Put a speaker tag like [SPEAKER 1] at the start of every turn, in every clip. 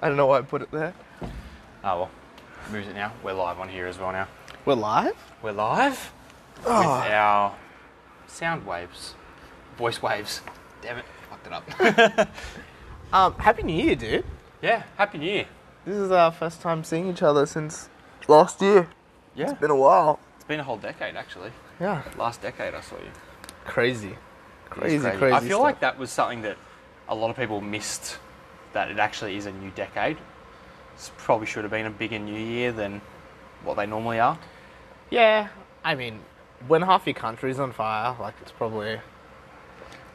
[SPEAKER 1] I don't know why I put it there.
[SPEAKER 2] Oh well, moves it now. We're live on here as well now.
[SPEAKER 1] We're live?
[SPEAKER 2] We're live
[SPEAKER 1] Ah.
[SPEAKER 2] with our sound waves, voice waves. Damn it, fucked it up.
[SPEAKER 1] Um, Happy New Year, dude.
[SPEAKER 2] yeah, happy new year.
[SPEAKER 1] This is our first time seeing each other since last year.
[SPEAKER 2] Yeah,
[SPEAKER 1] It's been a while.
[SPEAKER 2] it's been a whole decade actually.
[SPEAKER 1] Yeah.
[SPEAKER 2] Last decade I saw you. It
[SPEAKER 1] Crazy.
[SPEAKER 2] was
[SPEAKER 1] Crazy, crazy.
[SPEAKER 2] I feel
[SPEAKER 1] stuff.
[SPEAKER 2] like that was something that a lot of people missed. That it actually is a new decade. It's probably should have been a bigger new year than what they normally are.
[SPEAKER 1] Yeah. I mean, when half your country's on fire, like, it's probably.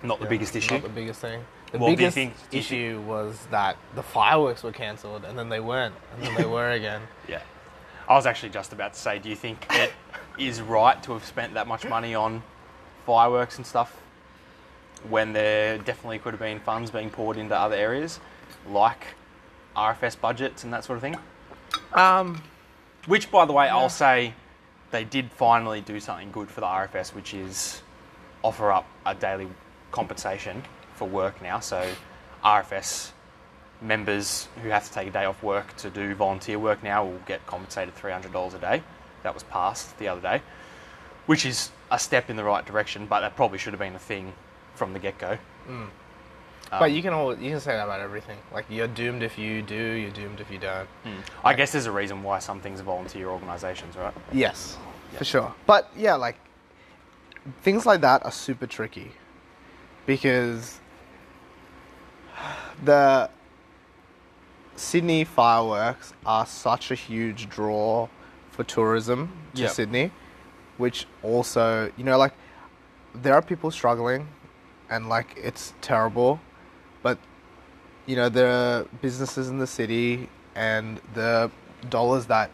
[SPEAKER 2] Not the biggest issue.
[SPEAKER 1] Not the biggest thing. The
[SPEAKER 2] Well, do you
[SPEAKER 1] biggest
[SPEAKER 2] think- do you thi-
[SPEAKER 1] issue was that the fireworks were cancelled and then they weren't, and then they were again.
[SPEAKER 2] Yeah. I was actually just about to say, do you think it is right to have spent that much money on fireworks and stuff when there definitely could have been funds being poured into other areas, like RFS budgets and that sort of thing?
[SPEAKER 1] Um,
[SPEAKER 2] Which, by the way, I'll say they did finally do something good for the RFS, which is offer up a daily compensation for work now. So, RFS members who have to take a day off work to do volunteer work now will get compensated $300 a day. That was passed the other day, which is a step in the right direction, but that probably should have been a thing from the get go. Um,
[SPEAKER 1] but you can always, you can say that about everything. Like, you're doomed if you do, you're doomed if you don't.
[SPEAKER 2] I guess there's a reason why some things are volunteer organisations, right?
[SPEAKER 1] Yes, for sure. But yeah, like things like that are super tricky because the Sydney fireworks are such a huge draw for tourism to
[SPEAKER 2] Yep.
[SPEAKER 1] Sydney, which also, you know, like there are people struggling and like it's terrible, but you know, there are businesses in the city and the dollars that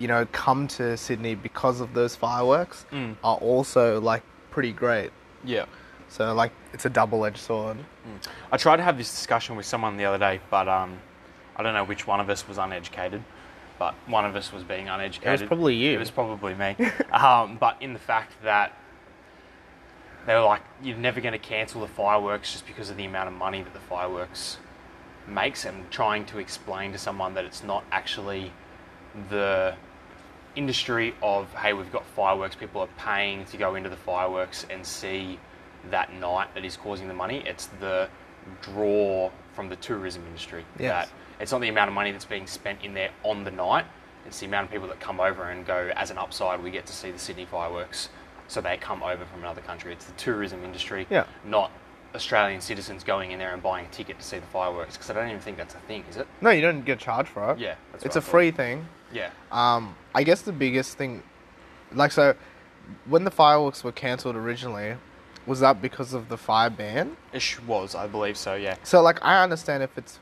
[SPEAKER 1] you know come to Sydney because of those fireworks
[SPEAKER 2] Mm.
[SPEAKER 1] are also like pretty great.
[SPEAKER 2] Yeah.
[SPEAKER 1] So like it's a double-edged sword.
[SPEAKER 2] I tried to have this discussion with someone the other day, but um, I don't know which one of us was uneducated, but one of us was being uneducated.
[SPEAKER 1] probably you.
[SPEAKER 2] It was probably me. um, but in the fact that they were like, you're never going to cancel the fireworks just because of the amount of money that the fireworks makes, and trying to explain to someone that it's not actually the industry of hey we've got fireworks people are paying to go into the fireworks and see that night that is causing the money it's the draw from the tourism industry
[SPEAKER 1] Yes.
[SPEAKER 2] that it's not the amount of money that's being spent in there on the night it's the amount of people that come over and go as an upside we get to see the sydney fireworks so they come over from another country it's the tourism industry
[SPEAKER 1] Yeah.
[SPEAKER 2] not australian citizens going in there and buying a ticket to see the fireworks because i don't even think that's a thing is it
[SPEAKER 1] No, you don't get charged for it.
[SPEAKER 2] Yeah, that's
[SPEAKER 1] it's
[SPEAKER 2] what I
[SPEAKER 1] a
[SPEAKER 2] thought.
[SPEAKER 1] free thing.
[SPEAKER 2] yeah
[SPEAKER 1] Um, I guess the biggest thing, like so, when the fireworks were cancelled originally, was that because of the fire ban?
[SPEAKER 2] it sh- was i believe so yeah
[SPEAKER 1] So like I understand if it's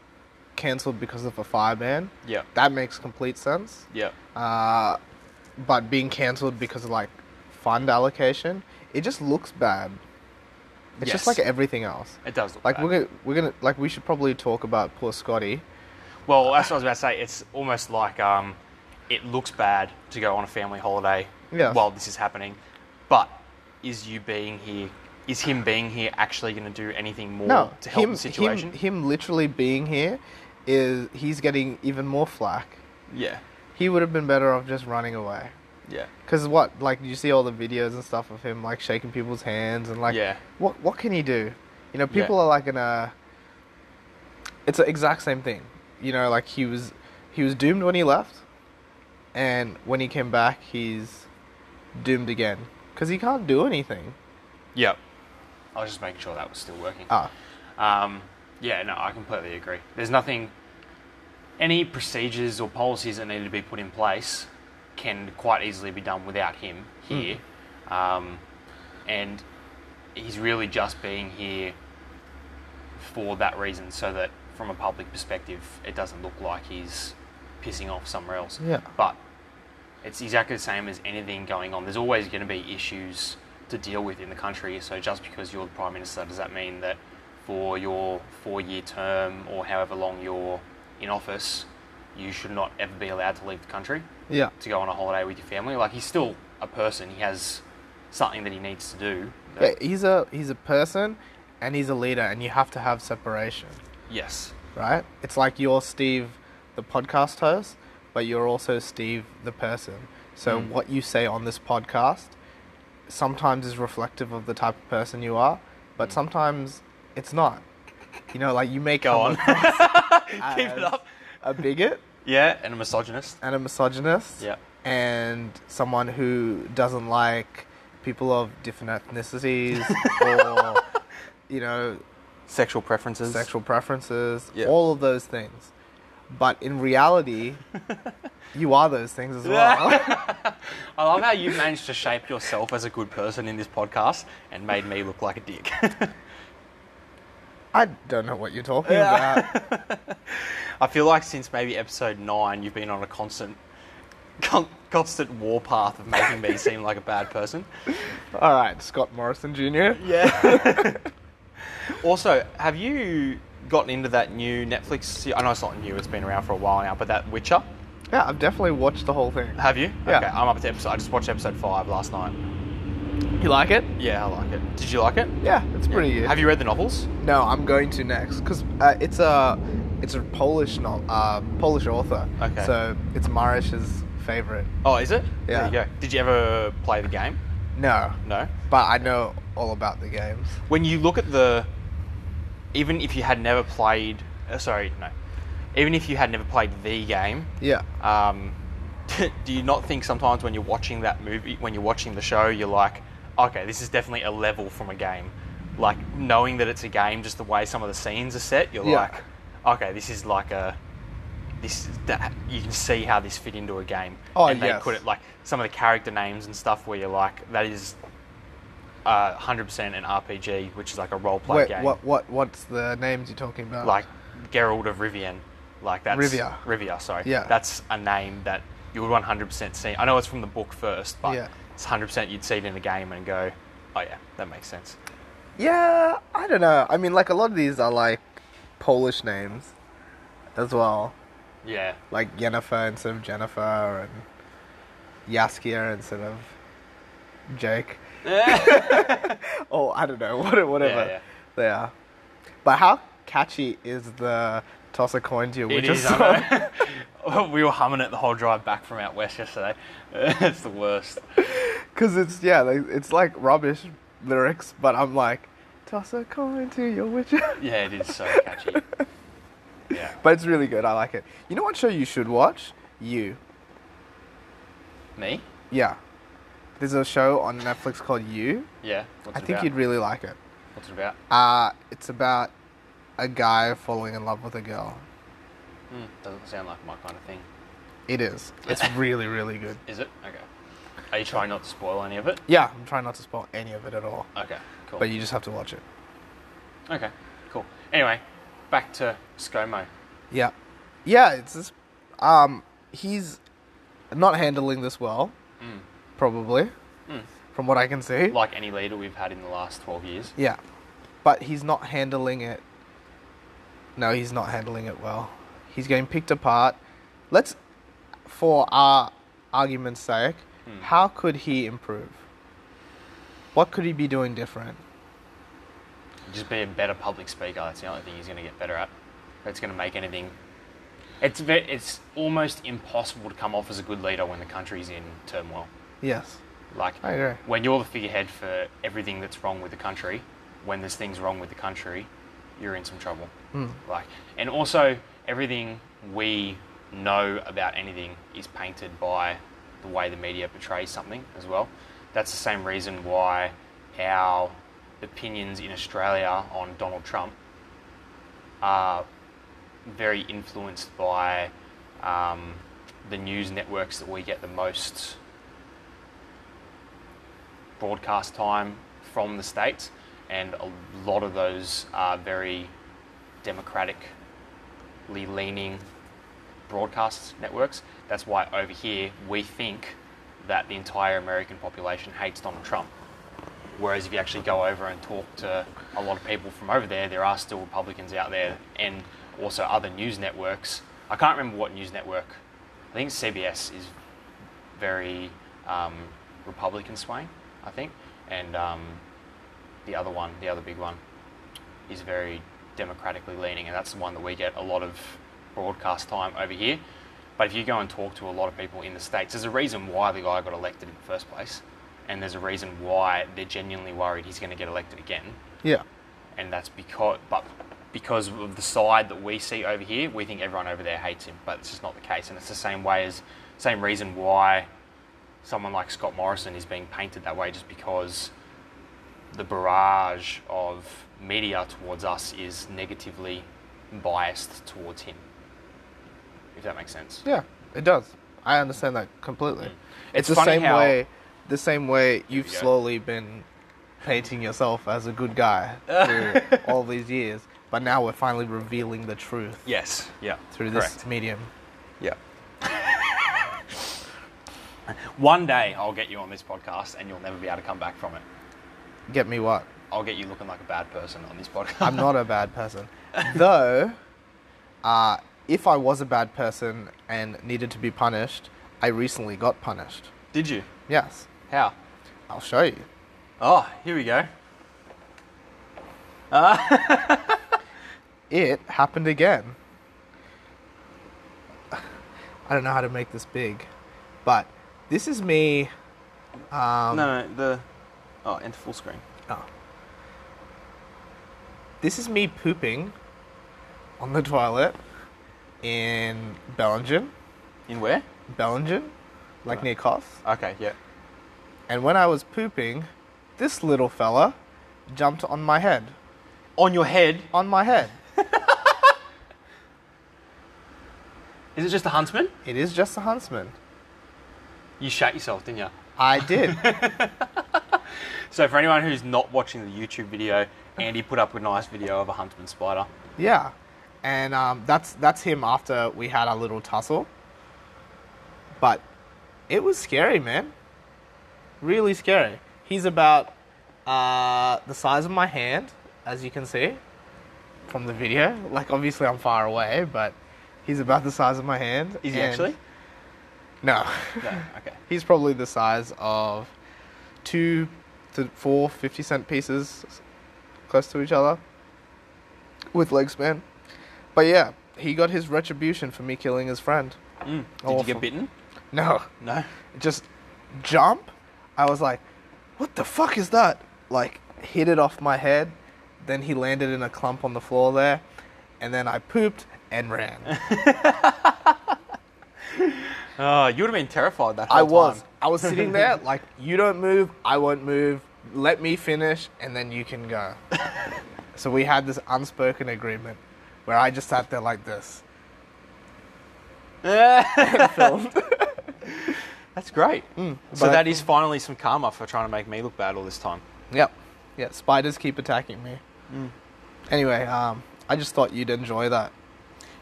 [SPEAKER 1] cancelled because of a fire ban,
[SPEAKER 2] yeah
[SPEAKER 1] that makes complete sense.
[SPEAKER 2] yeah
[SPEAKER 1] uh, but being cancelled because of like fund allocation, it just looks bad. It's just
[SPEAKER 2] Yes. Uh,
[SPEAKER 1] like everything else.
[SPEAKER 2] It does look
[SPEAKER 1] Like
[SPEAKER 2] bad.
[SPEAKER 1] we're gonna, we're gonna like we should probably talk about poor Scotty.
[SPEAKER 2] well, that's what I was about to say. It's almost like um, it looks bad to go on a family holiday
[SPEAKER 1] Yes.
[SPEAKER 2] while this is happening, but is you being here, is him being here actually going to do anything more
[SPEAKER 1] No,
[SPEAKER 2] to help
[SPEAKER 1] him,
[SPEAKER 2] the situation?
[SPEAKER 1] him him literally being here is he's getting even more flack.
[SPEAKER 2] yeah,
[SPEAKER 1] He would have been better off just running away.
[SPEAKER 2] yeah,
[SPEAKER 1] Cause what like you see all the videos and stuff of him like shaking people's hands and like
[SPEAKER 2] Yeah.
[SPEAKER 1] what what can he do? You know,
[SPEAKER 2] Yeah.
[SPEAKER 1] people are like in a. It's the exact same thing, you know. Like he was, he was doomed when he left, and when he came back, he's doomed again because he can't do anything.
[SPEAKER 2] yeah. I was just making sure that was still working.
[SPEAKER 1] Ah,
[SPEAKER 2] Um, yeah, no, I completely agree. There's nothing, any procedures or policies that need to be put in place can quite easily be done without him
[SPEAKER 1] Hmm.
[SPEAKER 2] here. Um, and he's really just being here for that reason, so that from a public perspective, it doesn't look like he's pissing off somewhere else.
[SPEAKER 1] Yeah.
[SPEAKER 2] But it's exactly the same as anything going on. There's always going to be issues to deal with in the country. So just because you're the prime minister, does that mean that for your four-year term or however long you're in office, you should not ever be allowed to leave the country?
[SPEAKER 1] yeah,
[SPEAKER 2] to go on a holiday with your family. Like he's still a person. He has something that he needs to do.
[SPEAKER 1] yeah. He's a he's a person, and he's a leader, and you have to have separation.
[SPEAKER 2] Yes.
[SPEAKER 1] right? It's like you're Steve, the podcast host, but you're also Steve, the person. So
[SPEAKER 2] Mm.
[SPEAKER 1] what you say on this podcast sometimes is reflective of the type of person you are, but
[SPEAKER 2] Mm.
[SPEAKER 1] sometimes it's not. You know, like you may
[SPEAKER 2] Go
[SPEAKER 1] come
[SPEAKER 2] on.
[SPEAKER 1] across
[SPEAKER 2] Keep
[SPEAKER 1] as
[SPEAKER 2] it up.
[SPEAKER 1] A bigot
[SPEAKER 2] Yeah, and a misogynist.
[SPEAKER 1] and a misogynist.
[SPEAKER 2] Yeah.
[SPEAKER 1] and someone who doesn't like people of different ethnicities or you know
[SPEAKER 3] Sexual preferences.
[SPEAKER 1] sexual preferences
[SPEAKER 3] Yeah.
[SPEAKER 1] all of those things but in reality you are those things as well
[SPEAKER 2] I love how you managed to shape yourself as a good person in this podcast and made me look like a dick.
[SPEAKER 1] i don't know what you're talking about
[SPEAKER 2] I feel like since maybe episode nine, you've been on a constant, con- constant warpath of making me seem like a bad person.
[SPEAKER 1] all right scott morrison jr
[SPEAKER 2] Yeah. also, have you gotten into that new Netflix? se- I know it's not new; it's been around for a while now. But that Witcher,
[SPEAKER 1] yeah i've definitely watched the whole thing
[SPEAKER 2] have you?
[SPEAKER 1] Yeah.
[SPEAKER 2] Okay, I'm up to episode. I just watched episode five last night.
[SPEAKER 1] you like it
[SPEAKER 2] Yeah, I like it. Did you like it?
[SPEAKER 1] yeah it's pretty good
[SPEAKER 2] Have you read the novels?
[SPEAKER 1] no i'm going to next because uh, it's a it's a polish no- uh, polish author
[SPEAKER 2] Okay.
[SPEAKER 1] so it's marish's favorite
[SPEAKER 2] Oh, is it?
[SPEAKER 1] Yeah.
[SPEAKER 2] There you go. Did you ever play the game?
[SPEAKER 1] No,
[SPEAKER 2] No.
[SPEAKER 1] but I know all about the games.
[SPEAKER 2] when you look at the even if you had never played uh, sorry no even if you had never played the game
[SPEAKER 1] Yeah.
[SPEAKER 2] um, do you not think sometimes when you're watching that movie when you're watching the show you're like okay this is definitely a level from a game like knowing that it's a game just the way some of the scenes are set you're
[SPEAKER 1] Yeah.
[SPEAKER 2] like okay this is like a this is that you can see how this fit into a game
[SPEAKER 1] Oh,
[SPEAKER 2] and they
[SPEAKER 1] yes.
[SPEAKER 2] put it like some of the character names and stuff where you're like that is uh, 100% an RPG, which is like a role play
[SPEAKER 1] Wait,
[SPEAKER 2] game.
[SPEAKER 1] what? What? What's the names you're talking about?
[SPEAKER 2] Like Geralt of Rivian. Like that's
[SPEAKER 1] Rivia.
[SPEAKER 2] Rivia, sorry.
[SPEAKER 1] Yeah.
[SPEAKER 2] That's a name that you would 100% see. I know it's from the book first, but
[SPEAKER 1] Yeah.
[SPEAKER 2] it's 100% you'd see it in the game and go, oh yeah, that makes sense.
[SPEAKER 1] Yeah, I don't know. I mean, like a lot of these are like Polish names, as well.
[SPEAKER 2] Yeah.
[SPEAKER 1] Like Jennifer instead of Jennifer, and Yaskia instead of Jake. Oh, I don't know. What- Whatever
[SPEAKER 2] yeah.
[SPEAKER 1] they are. But how catchy is the toss a coin to your
[SPEAKER 2] it
[SPEAKER 1] witch's
[SPEAKER 2] is, I know. we were humming it the whole drive back from out west yesterday. it's the worst.
[SPEAKER 1] Because it's, yeah, like, it's like rubbish lyrics, but I'm like, toss a coin to your witch's.
[SPEAKER 2] Yeah, it is so catchy. Yeah.
[SPEAKER 1] But it's really good. I like it. You know what show you should watch? You.
[SPEAKER 2] Me?
[SPEAKER 1] Yeah. There's a show on Netflix called You.
[SPEAKER 2] Yeah. What's
[SPEAKER 1] I
[SPEAKER 2] it
[SPEAKER 1] think
[SPEAKER 2] about?
[SPEAKER 1] you'd really like it.
[SPEAKER 2] What's it about?
[SPEAKER 1] Uh, it's about a guy falling in love with a girl.
[SPEAKER 2] Hmm, doesn't sound like my kind of thing.
[SPEAKER 1] It is. It's really, really good.
[SPEAKER 2] Is it? Okay. Are you trying not to spoil any of it?
[SPEAKER 1] Yeah, I'm trying not to spoil any of it at all.
[SPEAKER 2] Okay, cool.
[SPEAKER 1] But you just have to watch it.
[SPEAKER 2] okay, cool. Anyway, back to ScoMo.
[SPEAKER 1] Yeah. Yeah, it's just, um he's not handling this well,
[SPEAKER 2] Mm.
[SPEAKER 1] probably.
[SPEAKER 2] Mm.
[SPEAKER 1] From what I can see.
[SPEAKER 2] Like any leader we've had in the last 12 years.
[SPEAKER 1] Yeah. But he's not handling it. No, he's not handling it well. He's getting picked apart. Let's, for our argument's sake,
[SPEAKER 2] Hmm.
[SPEAKER 1] how could he improve? What could he be doing different?
[SPEAKER 2] Just be a better public speaker. That's the only thing he's going to get better at. That's going to make anything. It's, ve- it's almost impossible to come off as a good leader when the country's in turmoil.
[SPEAKER 1] Yes,
[SPEAKER 2] Like,
[SPEAKER 1] I agree.
[SPEAKER 2] when you're the figurehead for everything that's wrong with the country, when there's things wrong with the country, you're in some trouble.
[SPEAKER 1] Mm.
[SPEAKER 2] Like, and also everything we know about anything is painted by the way the media portrays something as well. That's the same reason why our opinions in Australia on Donald Trump are very influenced by um, the news networks that we get the most broadcast time from the states, and a lot of those are very democratically leaning broadcast networks. That's why over here we think that the entire American population hates Donald Trump. Whereas if you actually go over and talk to a lot of people from over there, there are still Republicans out there and also other news networks. I can't remember what news network. I think CBS is very um, Republican swaying, I think, and um, the other one, the other big one, is very democratically leaning, and that's the one that we get a lot of broadcast time over here. But if you go and talk to a lot of people in the States, there's a reason why the guy got elected in the first place, and there's a reason why they're genuinely worried he's going to get elected again.
[SPEAKER 1] Yeah.
[SPEAKER 2] And that's because, but because of the side that we see over here, we think everyone over there hates him, but it's just not the case. And it's the same way as, same reason why someone like Scott Morrison is being painted that way, just because the barrage of media towards us is negatively biased towards him. If that makes sense.
[SPEAKER 1] Yeah, it does. I understand that completely. It's,
[SPEAKER 2] Hmm. It's
[SPEAKER 1] the
[SPEAKER 2] funny
[SPEAKER 1] same
[SPEAKER 2] how-
[SPEAKER 1] way the same way you've
[SPEAKER 2] we go.
[SPEAKER 1] slowly been painting yourself as a good guy through all these years, but now we're finally revealing the truth
[SPEAKER 2] Yes. Yeah.
[SPEAKER 1] through this medium.
[SPEAKER 2] Yeah. One day I'll get you on this podcast and you'll never be able to come back from it.
[SPEAKER 1] Get me what?
[SPEAKER 2] I'll get you looking like a bad person on this podcast.
[SPEAKER 1] I'm not a bad person. Though, uh, if I was a bad person and needed to be punished, I recently got punished.
[SPEAKER 2] Did you?
[SPEAKER 1] Yes,
[SPEAKER 2] How?
[SPEAKER 1] I'll show you.
[SPEAKER 2] Oh, here we go.
[SPEAKER 1] It happened again. I don't know how to make this big, but this is me. Um,
[SPEAKER 2] no, no, the. Oh, enter full screen.
[SPEAKER 1] oh. This is me pooping on the toilet in Bellingen,
[SPEAKER 2] In where?
[SPEAKER 1] Bellingen, like near Koth.
[SPEAKER 2] Okay, yeah.
[SPEAKER 1] And when I was pooping, this little fella jumped on my head.
[SPEAKER 2] On your head.
[SPEAKER 1] On my head.
[SPEAKER 2] Is it just a huntsman?
[SPEAKER 1] It is just a huntsman.
[SPEAKER 2] You shat yourself, didn't you?
[SPEAKER 1] I did.
[SPEAKER 2] So, for anyone who's not watching the YouTube video, Andy put up a nice video of a huntsman spider.
[SPEAKER 1] yeah. And um, that's that's him after we had our little tussle. But it was scary, man. Really scary. He's about uh, the size of my hand, as you can see from the video. Like obviously I'm far away, but he's about the size of my hand.
[SPEAKER 2] Is he
[SPEAKER 1] and-
[SPEAKER 2] actually?
[SPEAKER 1] No.
[SPEAKER 2] No, okay.
[SPEAKER 1] He's probably the size of two to four 50 cent pieces close to each other with leg span. But yeah, he got his retribution for me killing his friend.
[SPEAKER 2] Mm. Did you
[SPEAKER 1] Awful.
[SPEAKER 2] get bitten?
[SPEAKER 1] No,
[SPEAKER 2] No.
[SPEAKER 1] just jump. I was like, what the fuck is that? Like, hit it off my head. Then he landed in a clump on the floor there. And then I pooped and ran.
[SPEAKER 2] Oh, you would have been terrified that whole
[SPEAKER 1] I was.
[SPEAKER 2] time.
[SPEAKER 1] I was sitting there like, you don't move, I won't move. Let me finish, and then you can go. so we had this unspoken agreement where I just sat there like this.
[SPEAKER 2] That's great. so
[SPEAKER 1] but-
[SPEAKER 2] that is finally some karma for trying to make me look bad all this time.
[SPEAKER 1] Yep. Yeah. Spiders keep attacking me.
[SPEAKER 2] Mm.
[SPEAKER 1] Anyway, um, I just thought you'd enjoy that.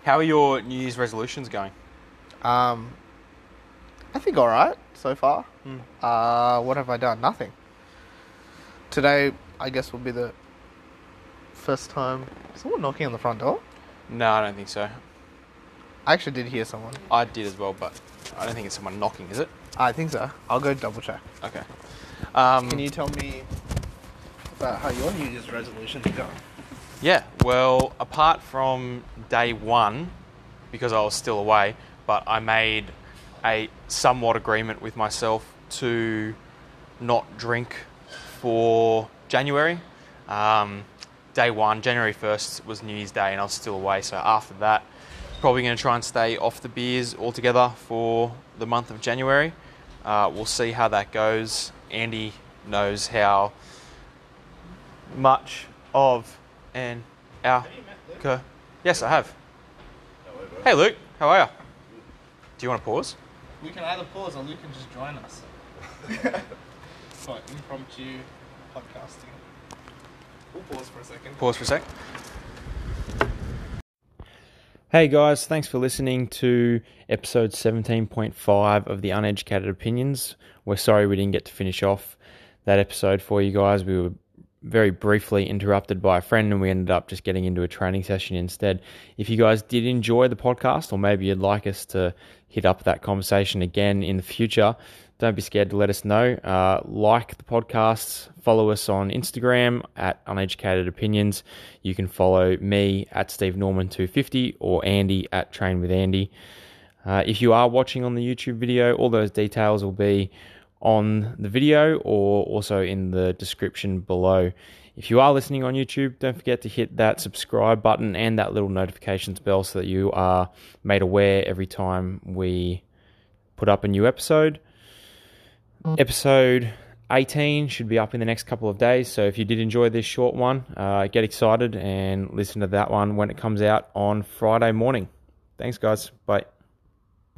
[SPEAKER 2] How are your New Year's resolutions going?
[SPEAKER 1] Um, I think all right so far.
[SPEAKER 2] Hmm.
[SPEAKER 1] Uh, what have I done? Nothing. Today, I guess, will be the first time. Someone knocking on the front door.
[SPEAKER 2] No, I don't think so.
[SPEAKER 1] I actually did hear someone.
[SPEAKER 2] I did as well, but I don't think it's someone knocking, is it?
[SPEAKER 1] I think so. I'll go double check.
[SPEAKER 2] Okay. Um,
[SPEAKER 1] Can you tell me about how your New Year's resolutions are going?
[SPEAKER 2] Yeah, well, apart from day one, because I was still away, but I made a somewhat agreement with myself to not drink for January. Um, day one, January 1st, was New Year's Day, and I was still away, so after that, probably going to try and stay off the beers altogether for the month of January. Uh, we'll see how that goes. Andy knows how much of an hour. Yes, I have. Hey, Luke, how are you? Do you want to pause?
[SPEAKER 1] We can either pause or Luke can just join us. for impromptu podcasting. We'll pause for a second.
[SPEAKER 2] Pause for a sec. Hey guys, thanks for listening to episode 17.5 of the Uneducated Opinions. We're sorry we didn't get to finish off that episode for you guys. We were very briefly interrupted by a friend and we ended up just getting into a training session instead. If you guys did enjoy the podcast, or maybe you'd like us to hit up that conversation again in the future, don't be scared to let us know. Uh, like the podcasts, follow us on Instagram at Uneducated Opinions. You can follow me at Steve Norman 250 or Andy at Train with Andy. Uh, if you are watching on the YouTube video, all those details will be on the video or also in the description below. If you are listening on YouTube, don't forget to hit that subscribe button and that little notifications bell so that you are made aware every time we put up a new episode. Episode 18 should be up in the next couple of days. So if you did enjoy this short one, uh, get excited and listen to that one when it comes out on Friday morning. Thanks, guys. Bye.